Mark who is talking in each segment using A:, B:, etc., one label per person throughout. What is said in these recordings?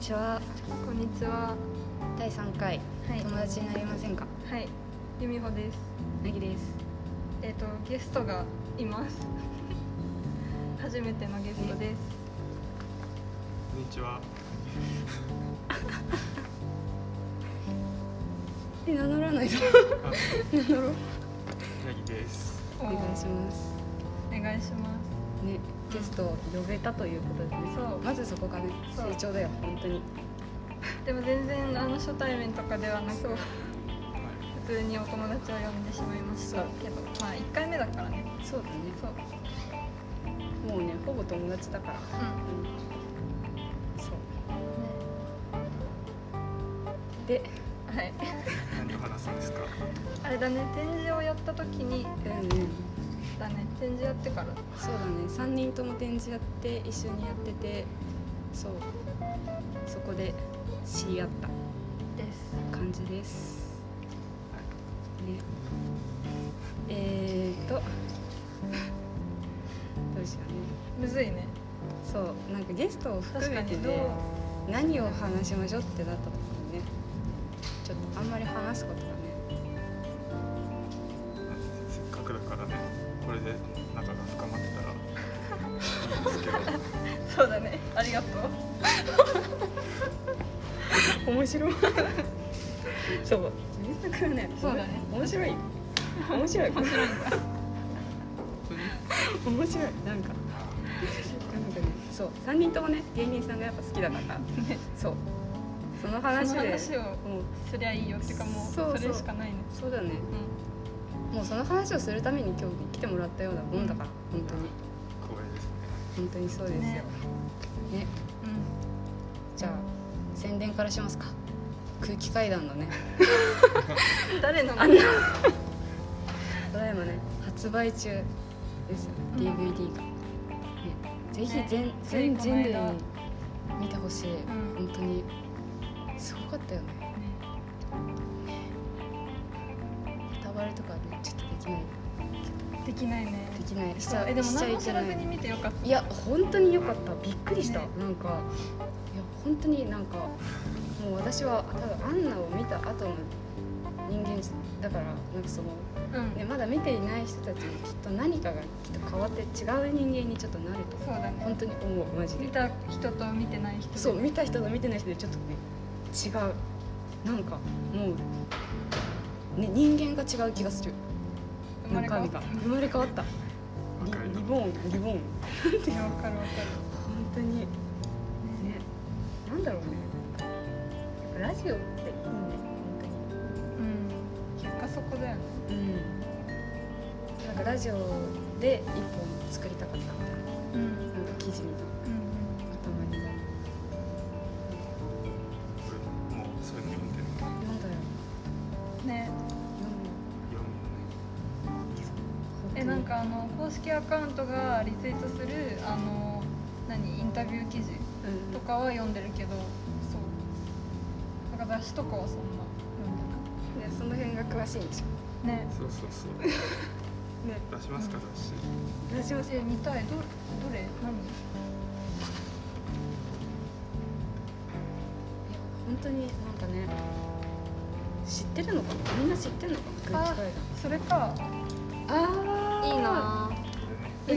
A: ちは。
B: こんにちは。
A: 第3回、
B: はい
A: 友達になりませんか。
B: はい、ゆみほです。
A: なぎです。
B: えっ、とゲストがいます。 初めてのゲストです。
C: こんにちは。
A: え、名乗らないと。
C: あ
A: 名乗ろう。
C: ヤギです。
A: お願いします。
B: お願いします。
A: ね、ゲストを呼べたということでね。
B: そう
A: まずそこがね、
B: そう
A: 成長だよ、本当に。
B: でも全然あの初対面とかではなく、普
C: はい。
B: 通にお友達を呼んでしまいましたけど、まあ一回目だからね。
A: そうだね。
B: そう。
A: もうね、ほぼ友達だから。
B: う
A: うんそう。で、
B: ん。はい。
C: 何を話すんですか。
B: あれだね、展示をやった時に
A: うんね。
B: だね、展示やってから。
A: そうだね、3人とも展示やって、一緒にやってて、そう。そこで知り合った。
B: です。
A: 感じです。ね、えー、とど うしよう
B: むずいね。
A: ね。そうなんかゲストを含
B: 確か
A: めて
B: にどう
A: で。何を話しましょうってなった時にねちょっとあんまり話すことがね
C: せっかくだからね、これで仲が深まってたらいいんですけど。
B: そうだね。ありがとう。
A: 面白いそう水田君はね
B: そうだね
A: 面白い面白い面白い面白いなんかなんかねそう3人ともね芸人さんがやっぱ好きだから、そうその話
B: その
A: で
B: 話を
A: もう
B: すりゃいいよっていうかもう
A: そうそう
B: それしかないね。
A: そうだね
B: うん。
A: もうその話をするために今日来てもらったようなもんだから本当に
C: 光栄ですね。
A: 本当にそうですよね
B: ねう
A: じゃあ宣伝からしますか空気階段のね
B: ん、誰の
A: あのただいまね発売中ですよ、
B: うん
A: DVD が、ね、ぜひ
B: ね
A: 全,、
B: つい
A: 全
B: この
A: 人類に
B: 間
A: 見てほしい、
B: ん
A: 本当にすごかったよねネタバレとかねちょっとできない
B: できないね
A: できないしち
B: そう
A: ゃ
B: えでも
A: しちゃ
B: 何
A: い
B: も知
A: け
B: ら
A: な
B: ず
A: い
B: に見てよかった
A: いや本当に良かったびっくりした、
B: ね
A: なんかいや本当になんかもう私は多分アンナを見た後の人間だからなんかその、
B: うん
A: ね、まだ見ていない人たちにきっと何かがきっと変わって違う人間にちょっとなると
B: そうだ
A: 本
B: ね
A: 当に思うマジ
B: 見
A: で
B: た人と見てない人で
A: そう見た人と見てない人でちょっとね違うなんかもう、ね、人間が違う気がする
B: 生まれ変わった
A: 中身が生まれ変わったリ
C: 若い
A: リ
C: の。
A: ボンリボン
B: いやわかるわか
A: 本当にねなんだろうねやっぱラジオっていいね本
B: るうん結果そこだよね
A: 当にうんなんかラジオで一本作りたかったみたい
B: うんうん
A: ななんか記事みたいな頭にね
C: もうそういうの読んでるの。
A: 読んだよ
B: うんね
A: 読
C: 読
A: ん
C: む
A: だ
B: えなんかあの公式アカウントがリツイートするあの何インタビュー記事
A: うん
B: とかは読んでるけどそうなんか雑誌とかはそんな読んで
A: ねその辺が詳しいんでしょ
B: ないね
C: よね。そうそう そう。
A: ね
C: 出しますか雑誌。
A: ラジオ
B: え見たいどどれ何
A: いや本当になんかね知ってるのかなみんな知ってるのかな
B: あそれか
A: あ
B: いいなぁ
C: これ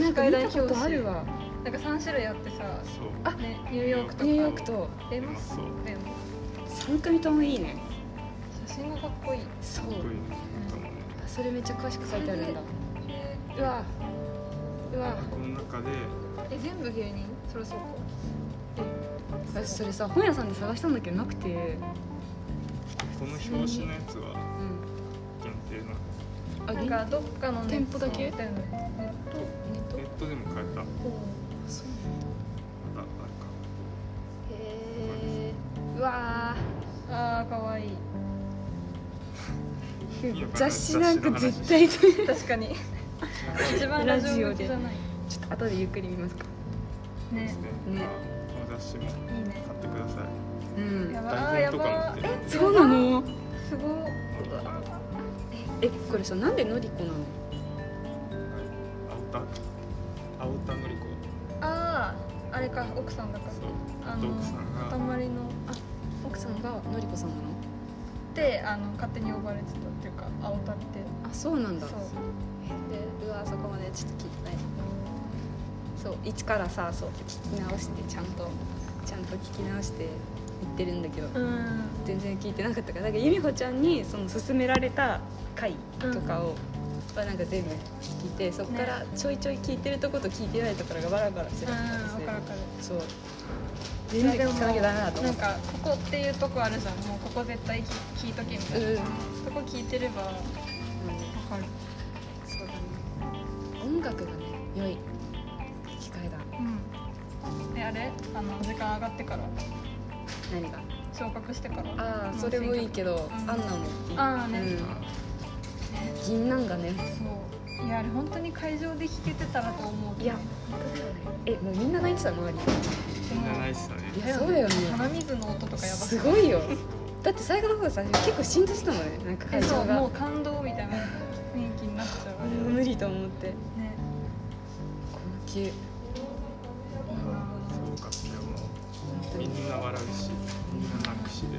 A: え
C: ね。
A: なんか見たことあるわ
B: なんか3種類あってさ、
C: そう。
A: あ
B: ね、ニューヨークとか
A: ニューヨークと
B: 出
C: 出ま
B: ますす
C: そう。か
B: でも
A: 3組ともいいね
B: 写真がかっこいい
A: そう
C: っこいいね。なんかもうね。
A: あそれめっちゃ詳しく書いてあるんだ
B: え
A: うわうわ
C: この中で
B: え全部芸人それそうか
A: 私それさ本屋さんで探したんだけどなくて
C: この表紙のやつは
A: うん
C: 限定なんです。
A: あ
B: なんかどっかの
A: 店舗だけ
B: ネット
A: ネット
C: ネットでも買えた。ま
A: そう
C: だあるか。
A: へえうわ
B: あーかわいい
C: いや
A: ー雑誌なんか絶対 ちょ
B: 確かに一番ラジオ向きじゃない
A: っと後でゆっくり見ますか
C: で
B: ね
C: すね。
A: ね
C: まあこの雑誌も
B: いいね
C: 買ってください。
A: う
B: や
A: ん
B: ばあーや
C: 台本と
B: ば
C: かも
B: ー
C: 出てる
B: え
A: そうなの
B: すごい
A: えこれさなんでのりこなの
C: 青田青田のり子
B: あーあれか奥さんだか
C: そう
B: らあ
C: と
B: の
C: 奥さんが
B: 塊のあ
A: 奥さんがのりこさんなの
B: ってあの勝手に呼ばれてたっていうか青たって
A: あそうなんだ
B: そう
A: でうわそこまでちょっと聞いてないそう一からさそう聞き直してちゃんとちゃんと聞き直して言ってるんだけど
B: うん
A: 全然聞いてなかったからなんか由美穂ちゃんにその勧められた回とかを、はなんか全部聞いてそこからちょいちょい聞いてるとこと聞いてないところがバラバラして
B: うん
A: たん
B: わかるわかる
A: ですよそう全然聞かなきゃダメだと思っ
B: なん
A: た
B: かここっていうとこあるじゃんもうここ絶対聞聞いとけみた
A: う
B: い
A: ん、
B: な、
A: うん、
B: そこ聞いてればわかる
A: そうだね音楽がね良い機会だ
B: うんであれあの時間上がってから
A: 何が
B: 昇格してから
A: ああそれもいいけど、
B: うん
A: アンナもいい
B: ああね
A: うん
B: ね
A: 銀なんがね
B: そういやあれ本当に会場で聴けてたらと思う
A: いやえもうみんな泣いてた周
B: で
C: みんな
B: も
C: ないっすよね
A: りいやそうだよね
B: 鼻水の音とかやば
A: す
B: い
A: ご いよだって最後の方さ結構浸透してたもんねなんか
B: え
A: 会
B: そ
A: 場
B: う
A: が
B: も
A: も
B: う感動みたいな雰囲気になっちゃうあ
A: う
B: れ
A: 無理と思って
B: ね
A: 高級
C: すごかったよも
A: 本当
C: うみ
A: にね
C: んな笑うしみんな泣くしで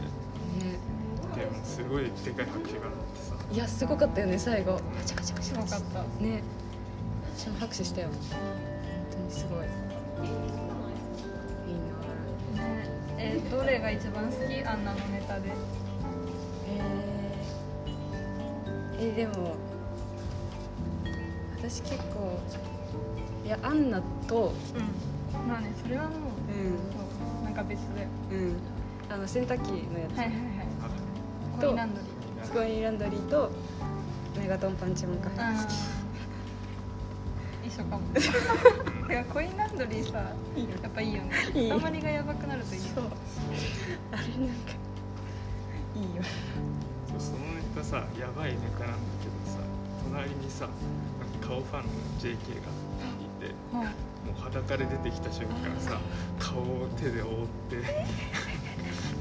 C: でもすごいでかい拍手があってさ
A: いやすごかったよね最後カチャカチャカチ
B: す
A: ャ
B: ご
A: カ
B: か
A: チ
B: っ
A: ャ
B: た
A: ね私も拍手したよ本当にすごいいいな
B: ねえどれが一番好きアンナのネタで
A: えー、えでも私結構いやアンナと
B: うんまあねそれはもう
A: うん
B: そうなんか別だよ
A: うんあの洗濯機のやつ、
B: はいはいはい
C: あ
B: コ
A: と
B: インランドリー
A: スコインランドリーとメガトンパンチモンカフェが好
B: 一緒 かもてかコインランドリーさ
A: きいいよ
B: やっぱいいよね
A: いい
B: たまりがやばくなるといいよ
A: そうあれなんかいいよ
C: そうそのネタさやばいネタなんだけどさ隣にさなんか顔ファンの JK がいて
B: うん
C: もう裸で出てきた瞬間さ顔を手で覆って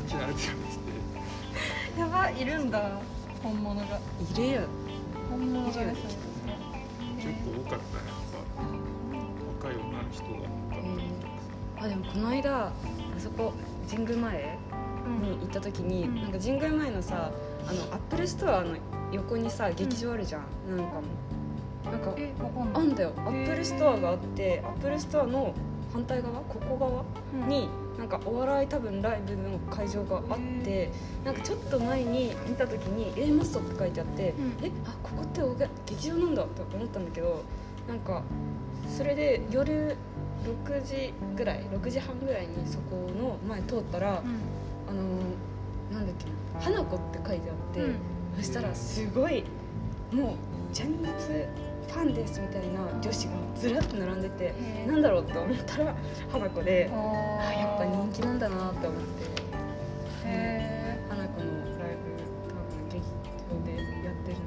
C: 切られてるって
B: やばいるんだ本物が
A: いるよ
B: 本物がです
C: 結構多かったねやっぱ若い女の人が
A: あでもこの間あそこ神宮前に行った時に、
B: うん
A: なんか神宮前のさあのアップルストアの横にさ劇場あるじゃん、なんかもなんか
B: えわかん
A: あ
B: ない
A: んだよアップルストアがあってアップルストアの反対側ここ側
B: うん
A: になんかお笑い多分ライブの会場があって
B: へ
A: なんかちょっと前に見た時に「A マスト」って書いてあって
B: うん
A: 「えあここっておが劇場なんだ」と思ったんだけどなんかそれで夜6時ぐらい6時半ぐらいにそこの前通ったら
B: うん
A: あのーなんだっけな「花子」って書いてあって、
B: うん
A: そしたらすごいもうジャニーズファンですみたいな女子がずらっと並んでて
B: へー
A: なんだろうって思ったら花子で。
B: あ
A: あ
B: ー
A: やっぱ人気なんだなって思って
B: へ
A: 花子のライブ多分劇場でやってるの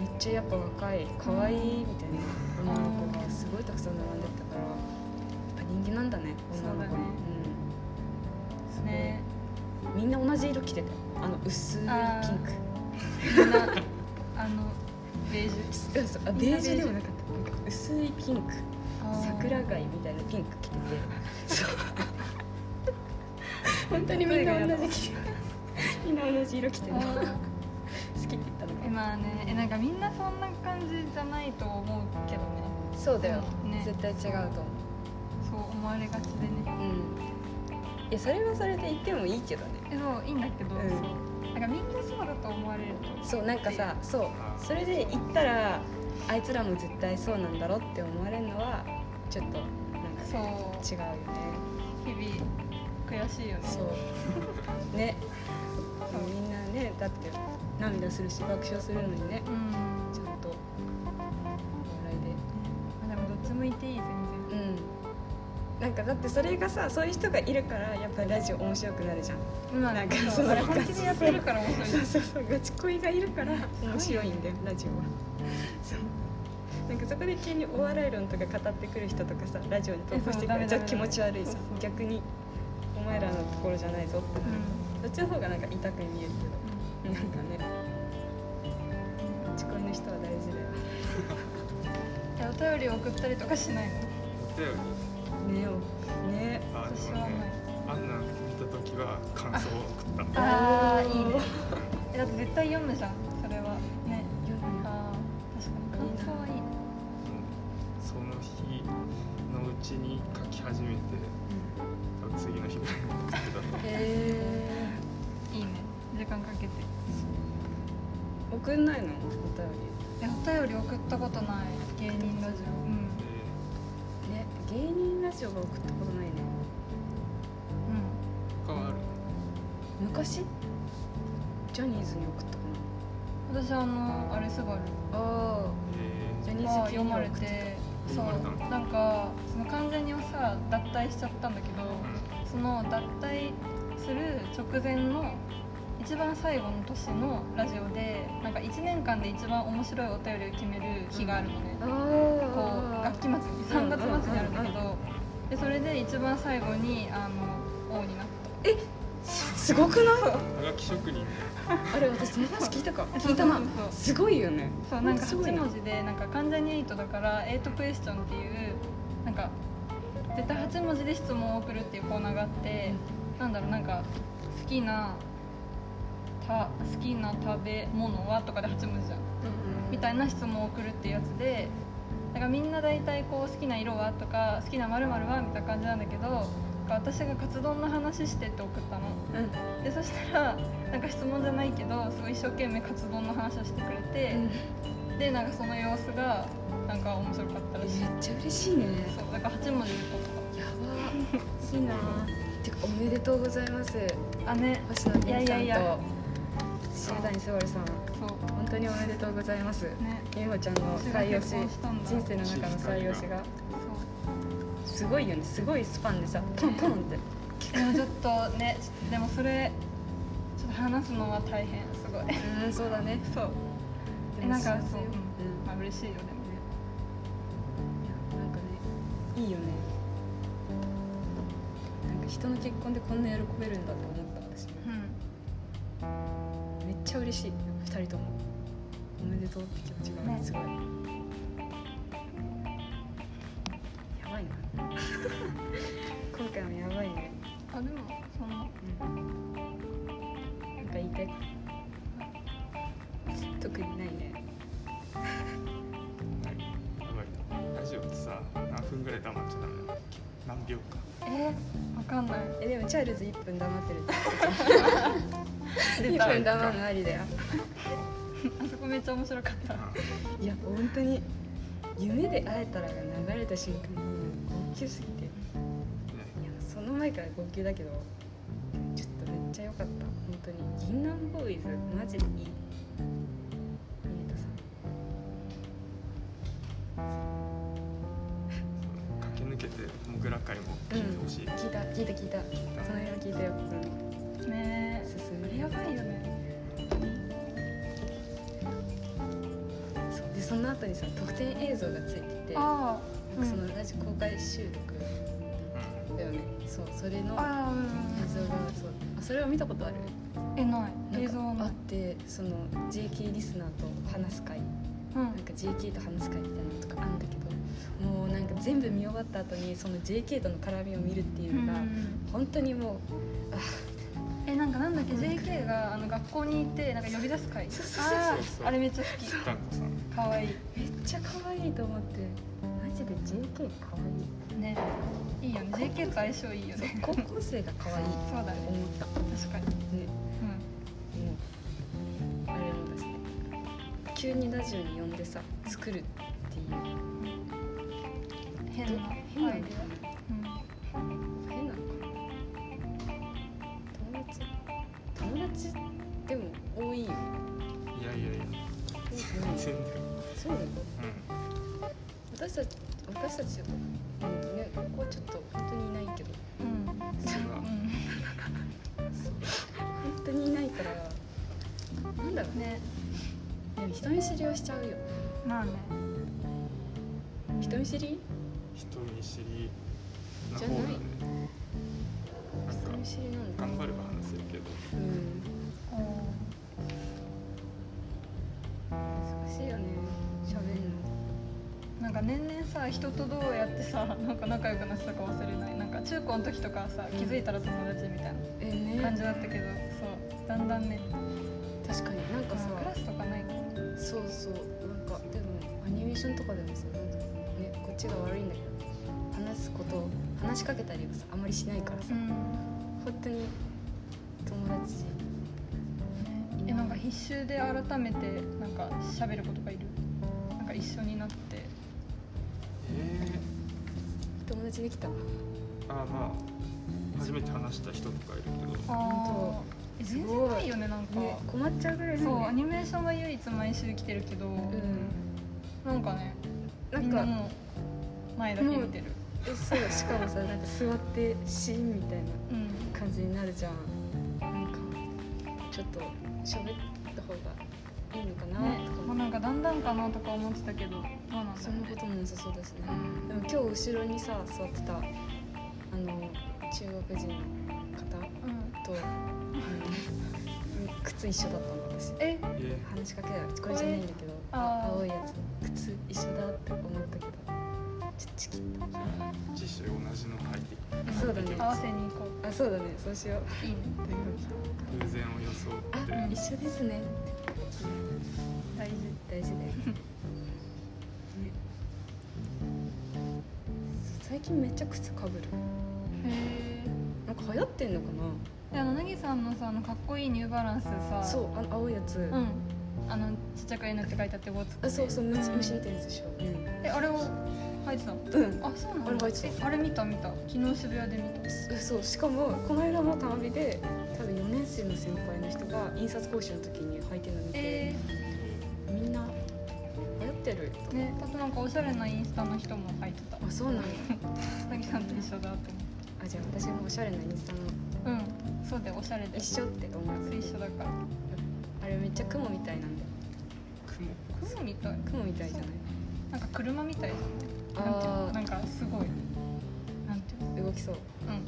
A: めっちゃやっぱ若い可愛いみたいな女の子がすごいたくさん並んでたからやっぱ人気なんだね女の子
B: そうだね
A: うん
B: えね
A: そうみんな同じ色着てたよあの薄い
B: あー
A: ピンク
B: みんなあのベージュ
A: うんそうあベージュでもなかったなんか薄いピンク
B: あー
A: 桜貝みたいなピンク着ててそう本当にみんな同じ着てみんな同じ色着てる
B: あ
A: の好
B: ー
A: きって言ったの
B: え
A: か
B: まあねえなんかみんなそんな感じじゃないと思うけどね
A: そうだよ、
B: ね
A: 絶対違うと思
B: そう思われがちでね
A: ううんいやそれはそれで言ってもいいけどね
B: えそういいんだけど、
A: うん
B: そうなんかみんなそうだと思われると
A: そうなんかさそうそれで言ったらあいつらも絶対そうなんだろって思われるのはちょっとなんか
B: そう
A: ね違うよね
B: 日々悔しいよね
A: そうねみんなねだって涙するし爆笑するのにね
B: うんま
A: ちゃんとお
B: あでもどっちもいていい全
A: 笑いでうんなんかだってそれがさそういう人がいるからやっぱラジオ面白くなるじゃん
B: 然まあ
A: なんか
B: そう
A: そう
B: それ本気でやってるから面白
A: そ
B: いう
A: そうそうガチ恋がいるから面白いんだよラジオはそうなんかそこで急にお笑い論とか語ってくる人とかさラジオに投稿してく
B: えそ
A: る
B: う
A: じゃ
B: ダメダメ
A: 気持ち悪いじゃん
B: そうそう
A: 逆にお前らのところじゃないぞってなる、どっちの方がなんか痛く見えるけどなんかねガチ恋の人は大事だよ
B: うんえお便り送ったりとかしないの
C: 言ったように
A: ねおね
C: あ
B: 私
C: で
B: は
C: も
B: ない
C: ねアンナ見た時は感想を送った
B: あーいいね
A: ね
B: えだって絶対読むじゃんそれはね
A: 読むな
B: あー確かに感想はいいね
C: その日のうちに書き始めて多分次の日ぐらいに作ったと思う
A: へえ
B: いいね時間かけて
A: 送んないのお便
B: えお便り送ったことない芸人ラジオうん
C: で
A: りね芸人ラジオが送ったことないね
B: うん
C: 他はある
A: 昔ジャニーズに送ったか
B: 私あのあれすごい
A: なあ
C: え
A: あ
C: ー
A: ジャニ
B: ま
A: ー
B: あ
A: ズ系
B: 読
A: に
B: ま
A: は
B: れ
A: 送って
B: そ
C: 読まれた
B: うなんかその関ジャニをさ脱退しちゃったんだけどその脱退する直前の一番最後の年のラジオでなんか1年間で一番面白いお便りを決める日があるのね、
A: たあ
B: こう
A: あ
B: 学期末に3月末にあるんだけどでそれで一番最後にあの王になっ
A: すごくない
C: うん、はがき職人
A: あれ私その話聞いたか
B: た
A: 聞いたな
B: そうそうそう
A: すごいよね
B: そうなんか
A: すごい
B: 8
A: な
B: 文字でなんか関ジャニエイトだからエイトクエスチョンっていうなんか絶対8文字で質問を送るっていうコーナーがあってなんだろうなんか好きなた好きな食べ物はとかで8文字じゃんみたいな質問を送るっていうやつでだからみんな大体こう好きな色はとか好きな〇〇はみたいな感じなんだけどなんか私がカツ丼の話してって送ったの
A: うんうん
B: でそしたらなんか質問じゃないけどすごい一生懸命カツ丼の話をしてくれて、でなんかその様子がなんか面白かった
A: め
B: ら
A: っ
B: しい、
A: ちゃ嬉しいね
B: そうだから8文字で撮っ
A: やばいいなてかおめでとうございます
B: たあね
A: 星野源
B: い
A: さ
B: や
A: ん
B: いやい
A: と
B: や
A: 塩谷すばるさん
B: そう
A: 本当におめでとうございます
B: ね
A: ゆうほちゃんの
B: 私が
A: 採用し
B: 結婚したんだ
A: 人生の中の採用しが
B: そう
A: すごいよねすごいスパンでさポンポンって
B: でもちょっとねちょっとでもそれちょっと話すのは大変すごい
A: うんそうだね
B: そう
A: で
B: え
A: も
B: なんか
A: 幸せ
B: そう、
A: よ
B: うんまあ嬉しいよね
A: うんなんかねいいよねなんか人の結婚でこんな喜べるんだと思った私
B: うん
A: めっちゃ嬉しい2人ともおめでとうって気持ちが
B: ね
A: すごい、やばいな今回もやばいね、
B: あでもその
A: うん、なんか言いたい特にないね
C: やばいなラジオってさ何分ぐらい黙っちゃダメなんだっけ何秒か
B: えわかんない
A: えでもチャールズ1分黙ってる
B: 出
A: 1
B: た
A: 分黙るのありだよ
B: あそこめっちゃ面白かった
A: いや本当に夢で会えたらが流れた瞬間に号泣すぎていや
C: ね
A: その前から号泣だけどちょっとめっちゃ良かった本当に銀杏ボーイズマジでいい宮田さん
C: そう駆け抜けてモグラ会も聞いてほしい、
A: 聞いた聞いた聞いたその辺は聞いたよ、
B: ね
A: うん、
B: え
A: 進
B: それ
A: む
B: やばいよね
A: そうでその後にさ特典映像がついててなんか
B: ああ、
A: その同じ公開収録
C: う
A: だよねそうそれの映像が
B: ああうん
A: そうあそれは見たことある
B: えない映像
A: なんか
B: の
A: あってその JK リスナーと話す会
B: うん
A: なんか JK と話す会みたいなのとかあるんだけどもうなんか全部見終わった後にその JK との絡みを見るっていうのが、本当にもう
B: えなんかなんだっけ
A: うん
B: JK があの学校に行ってなんか呼び出す会
A: そうそうそう
C: そう
B: あーあれめっちゃ好
C: んダンコさん
B: きかわいい
A: めっちゃ可愛いと思ってマジで JK 可愛い
B: ねいいよね JK と相性いいよね
A: 高校生が可愛いと
B: そうだね
A: 思った
B: 確かに
A: ねもうあれもですね急にラジオに呼んでさ作るっていう
B: うん変な
A: 変な
B: アイ
A: の
B: デ
A: かな
B: ア
A: 変なのかな友達友達でも多いよ
C: いやいやいや全然だよ、
A: そうなの
C: うん、
A: 私たち私たちうんねここはちょっと本当にいないけど
B: うん
C: それは
B: う
A: 本当にいないからなんだろ
B: んね
A: うね人見知りをしちゃうよ
B: まあね
A: 人見知り
C: 人見知りな方がね
A: 人見
C: なんか
A: 知りなんだ
C: 頑張れば話せるけど
A: うん
B: おー
A: 難しいよね喋るの
B: なんか年々さ人とどうやってさなんか仲良くなってたか忘れないなんか中高の時とかはさ気づいたら友達みたい
A: え
B: な感
A: ね
B: じだったけどそうだんだんね
A: 確かになん
B: ク
A: かさ
B: ラスとかないか
A: そうそうなんかでもアニメーションとかでもさなんかねこっちが悪いんだけど話すことを話しかけたりはさあんまりしないからさ、
B: ん
A: 本当に友達
B: えなんか必修で改めてなんか喋ることがいるなんか一緒になって
C: え
A: 友達できたわ
C: ー、あーまあ初めて話した人とかいるけど
A: 本
B: え
A: すごい
B: 全然ないよねなんか、
A: ね困っちゃうぐらいだ
B: そう
A: よ
B: ア
A: ね
B: ニメーションは唯一毎週来てるけど、なんかね
A: う
B: み
A: ん
B: ん
A: な
B: なん
A: か
B: もう前だけ見てる
A: えそうしかもさなんか座ってシーンみたいな
B: うん
A: 感じになるじゃんなんかちょっと喋った方がいいのかな
B: ね
A: とか、
B: ま
A: も
B: あ、なんかだんだんかなとか思ってたけどどうなんだ
A: そ
B: ろ
A: ん
B: う
A: な
B: ね
A: こともなさそうですね、
B: うん
A: でも今日後ろにさ座ってたあの中国人の方
B: うん
A: とあの靴一緒だったの私
B: え
C: え
A: 話しかけたらこれじゃないんだけど
B: あー
A: 青いやつ靴一緒だって思ったけどちょっとチキッ
C: ー、じゃあ次週同じの履いて
A: とそうだね
B: 合わせに行こ
A: あそうだねそうしよう
B: ういいね
C: 偶然を装
A: あ
C: って
A: 一緒ですね
B: 大事
A: 大事だよね最近めっちゃ靴かぶる
B: へ
A: なんか流行ってんのか
B: えあのぎさんのさあのかっこいいニューバランスさ
A: なそうあの青いやつ、
B: うんあのちっちゃく N って書いてあってゴツ
A: あそうそう虫虫みたいなやつでしょ
B: えあれを履いてたの
A: うん、うん
B: あそうな
A: あれ
B: の
A: 履いて
B: えあれ見た見た昨日渋谷で見た
A: そうしかもこの間もたまびで多分4年生の先輩の人が印刷講習の時に履いてるの見て、
B: え
A: みんな流行ってる
B: ー、ねあとなんかおしゃれなインスタの人も履いてた
A: あ そうなんだ
B: なぎさんと一緒だって
A: あじゃあ私もおしゃれなインスタの
B: 思ううんそうでおしゃれで
A: 一緒って思う
B: 一緒だから
A: あれめっちゃ雲みたいなんだよ
C: 雲
B: 雲みたい
A: 雲みたいじゃない
B: なんか車みたいじゃないなんていうの
A: あ
B: なんかすごいなんていうの
A: ー動きそう
B: うん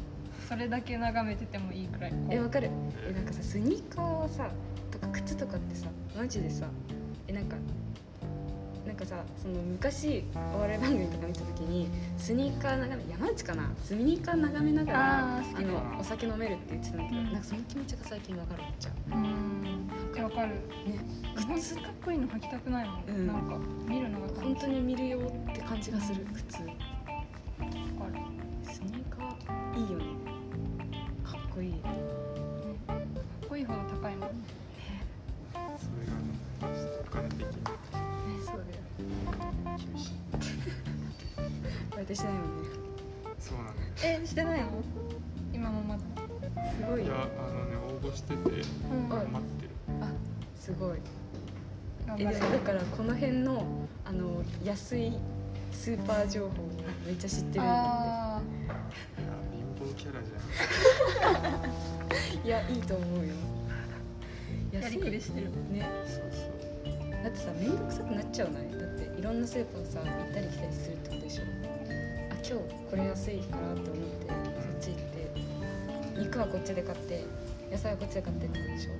B: それだけ眺めててもいいくらいこう
A: えわかるえなんかさスニーカーはさとか靴とかってさマジでさえなんかなんかさその昔お笑い番組とか見た時にスニーカー眺め山内かなスニーカー眺めながらあ
B: あー好きだ
A: のお酒飲めるって言ってたんだけど、
B: うん
A: なんかその気持ちが最近わかるめっちゃ
B: うんえわかる
A: 靴
B: 靴かっこいいの履きたくないもん、
A: うん
B: なんか見るのが楽しい
A: 本当に見るよって感じがする靴
B: わかる
A: スニーカーいいよねかっこいい
B: ねかっこいいほど高いもんね
C: それがねちょっとお金的に
A: そうだよ
C: 厳しい
A: バイトしてないもんね
C: そうなのよ
B: えしてないの今もまだ
A: すごい
C: いや
A: よ
C: あのね応募してて
B: うん
A: あ
B: 頑
C: 待ってる
A: すごい
B: 張
A: え
B: れ
A: で
B: よ
A: もだからこの辺のあの安いスーパー情報めっちゃ知ってるんだ
B: あ
C: いや貧乏キャラじゃん
A: っていやいいと思う よ
B: ーや
A: 安
B: り
A: い
B: くりしてる
A: ね
C: そうそう
A: だってさ面倒くさくなっちゃうないだっていろんなスーパーさ行ったり来たりするってことでしょあ今日これ安いからと思ってそっち行って肉はこっちで買って野菜はこっちで買ってってことでしょ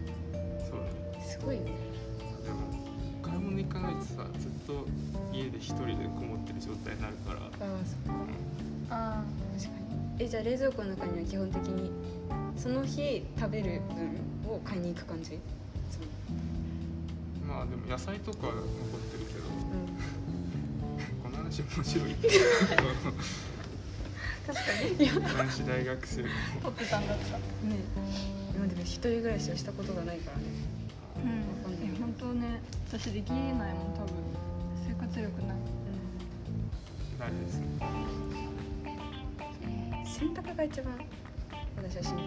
C: そうだね
A: すごいよね
C: でも買い物行かないとさずっと家で一人でこもってる状態になるから
A: ああそ
C: うん
B: あ
A: 確かにえじゃあ冷蔵庫の中には基本的にその日食べる分を買いに行く感じその
C: まあでも野菜とかは残ってるけど
A: うん
C: この話面白い
B: ー確かに
C: 男子大学生の
B: 撮ってたんだった
A: ね今でも一人暮らしをしたことがないからね
B: うんえ本当ね私できないもん多分生活力ない
C: あれですね
A: 洗濯が一番私は心
B: うん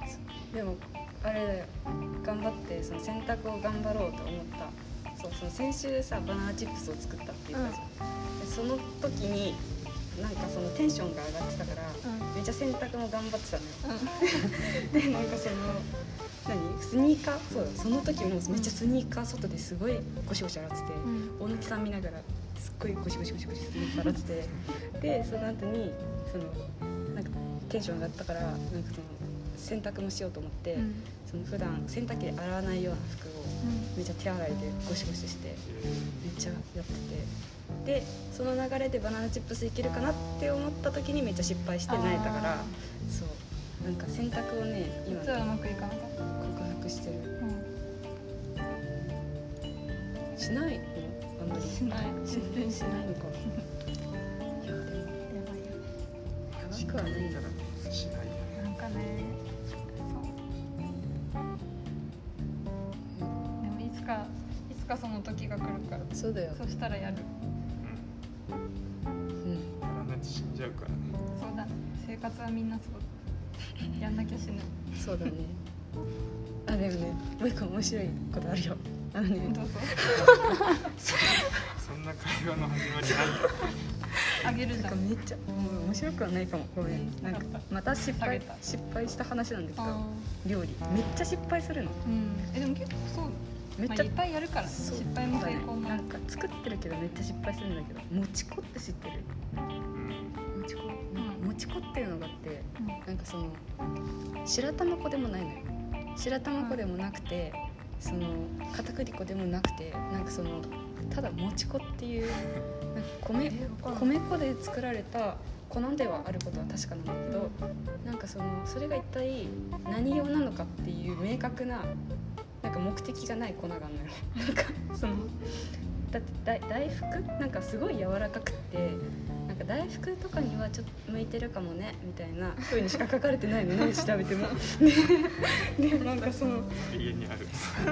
A: 配でもあれだよ頑張ってその洗濯を頑張ろうと思ったそうその先週さバナナチップスを作ったって言ったじゃん、でその時になんかそのテンションが上がってたからめっちゃ洗濯も頑張ってたのよでなんかその何スニーカーそうだその時もめっちゃスニーカー外ですごいゴシゴシ洗ってて、
B: うんうん
A: 大貫さん見ながらすっごいゴシゴシゴシゴシって笑っててでその後にそのなんかテンション上がったからなんかその洗濯もしようと思って、その普段洗濯機で洗わないような服をめっちゃ手洗いでゴシゴシしてめっちゃやっててでその流れでバナナチップスいけるかなって思った時にめっちゃ失敗して泣いたからそうなんか洗濯をね今
B: 実はうまくいかなかった、
A: 克服してるしないのあんまり
B: しない全然し
A: しないのかいやでも
B: やばいよね
A: や
C: 実
A: ばくはな
C: 家に
A: い
C: いた
A: な
C: らねしないよね
B: なんかねそうでもいつかいつかその時が来るから
A: そうだよ
B: そしたらやる
C: う
A: う
C: ん
A: ん
C: やらないと死んじゃうからね
B: そうだね生活はみんなそうやんなきゃしない
A: そうだねあでもねもう一個面白いことあるよあのね
B: どうぞ
C: そんな会話の始まりないよ
B: あげるじ
A: な
B: ゃ
A: んか
B: ん
A: めっちゃうん面白くはないかもごめんなんかまた失敗
B: 下げた
A: 失敗した話なんだけど
B: あ
A: 料理めっちゃ失敗するの
B: ーうんえでも結構そう
A: めっ
B: ま
A: ち
B: あ、
A: ゃ、
B: いっぱいやるからね
A: そう
B: 失敗も成功も
A: なんか作ってるけどめっちゃ失敗するんだけどもちこって知ってる
C: うん
A: もちこなんか
B: うん
A: もちこっていうのがあって
B: うん
A: なんかその白玉粉でもないのよ白玉粉でもなくて、その片栗粉でもなくてなんかそのただもち粉っていうなんか米米粉で作られた粉ではあることは確かなんだけどなんかそのそれが一体何用なのかっていう明確ななんか目的がない粉があるのよなんかそのだって大大福なんかすごい柔らかくてなんか大福とかにはちょっと向いてるかもねみたい なふうにしか書かれてないの ね調べても。ででなんかその
C: 家にある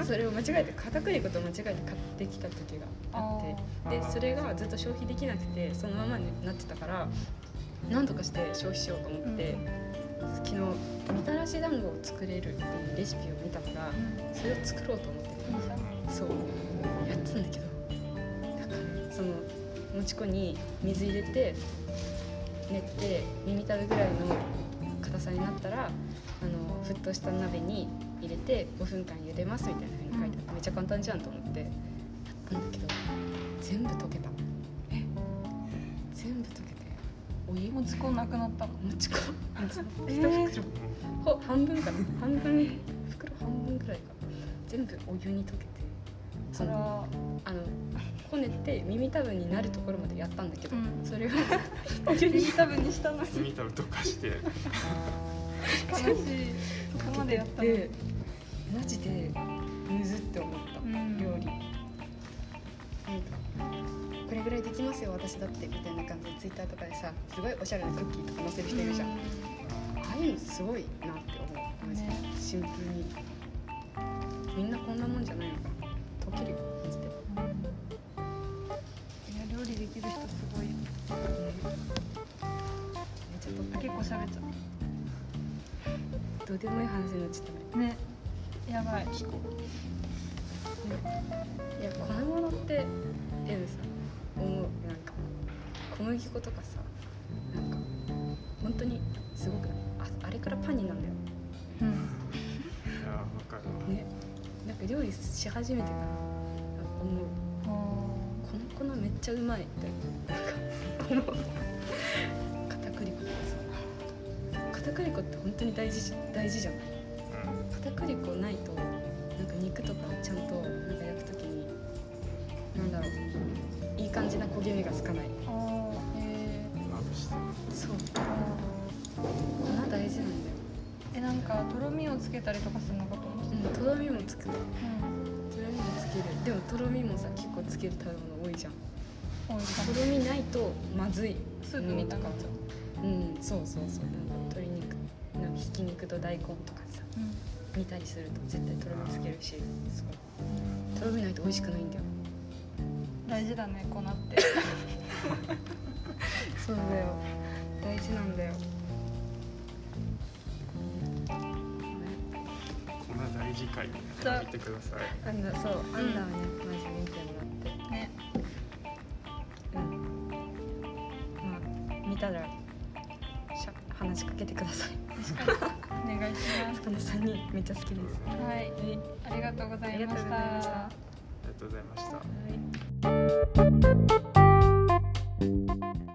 A: それを間違えて片栗粉と間違えて買ってきた時があって。でそれがずっと消費できなくてそのままになってたから何とかして消費しようと思って、昨日みたらし団子を作れるっていうレシピを見たからそれを作ろうと思って
B: いいじゃん
A: そうやってたんだけどなんかそのもち粉に水入れて練って耳たぶぐらいの硬さになったらあの沸騰した鍋に入れて5分間茹でますみたいな風に書いてあって、めっちゃ簡単じゃんと思ってやったんだけど全部溶けた全部溶けてお湯も
B: 持ち込んなくなったの
A: ち粉
B: え
A: 一
B: ー
A: 袋ほ半分かな半分袋半分ぐらいか全部お湯に溶けて
B: そ
A: そ
B: れ
A: の
B: は
A: あのこねて耳たぶになるところまでやったんだけど、
B: うん
A: それが
B: 耳たぶにしたの に
C: 耳たぶ溶かして
B: 悲しいそこまでやったの
A: でマジでむずって思った、
B: うん
A: 料理なんかこれぐらいできますよ私だってみたいな感じでツイッターとかでさすごいおしゃれなクッキーとか載せる人いるじゃん、ああいうのすごいなって思うマジで、
B: ね
A: シンプルにみんなこんなもんじゃないのかな溶けるよマジで
B: いや料理できる人すごいよ
A: めっちゃ溶
B: あ
A: ける
B: 結構喋っちゃっ
A: どうでもいい話になっちゃったね
B: たねやばい
C: 聞こう
A: いや粉物ってエルさ思うなんか小麦粉とかさなんか本当にすごくないああれからパンになるんだよ
B: うん
C: いやわかるわ
A: ねなんか料理し始めてからなんか思う
B: も
A: この粉めっちゃうまいってなんかこの片栗粉とかさ片栗粉って本当に大事じ大事じゃん
C: う
A: 片栗粉ないとなんか肉とかちゃんとなんか焼くときになんだろういい感じな焦げ目がつかないう
B: あーえ
C: んまぶして
A: そう
B: ーあ
A: 粉大事なんだよ
B: ーえなんかとろみをつけたりとかするのかと思って
A: うんとろみもつくとろ
B: うん
A: みもつけるでもとろみもさ結構つける食べ物多いじゃんと
B: 多いか
A: ろみないとまずい
B: スープみたいになっちゃ
A: う
B: う
A: んそうそうそうなんか鶏肉なんかひき肉と大根とかさ
B: うん
A: 煮たりすると絶対とろみつけるしそうとろみないと美味しくないんだよ
B: 大事だね粉って
A: そうだよ大事なんだよ
C: こんな大事会見てください
A: アンダそうア
B: ン
A: ン
B: ダ
A: ダーを
B: ーを
A: ねまず見てもらって
B: ね
A: うんまあ見たらしゃ話しかけてください
B: 確かにお願いします
A: この3人めっちゃ好きです
C: うんあ
B: はい
A: はい
B: ありがとうござい
A: ありが
B: ま
A: とうご
B: し
A: ざいましたた。
C: りがとうございました
A: はい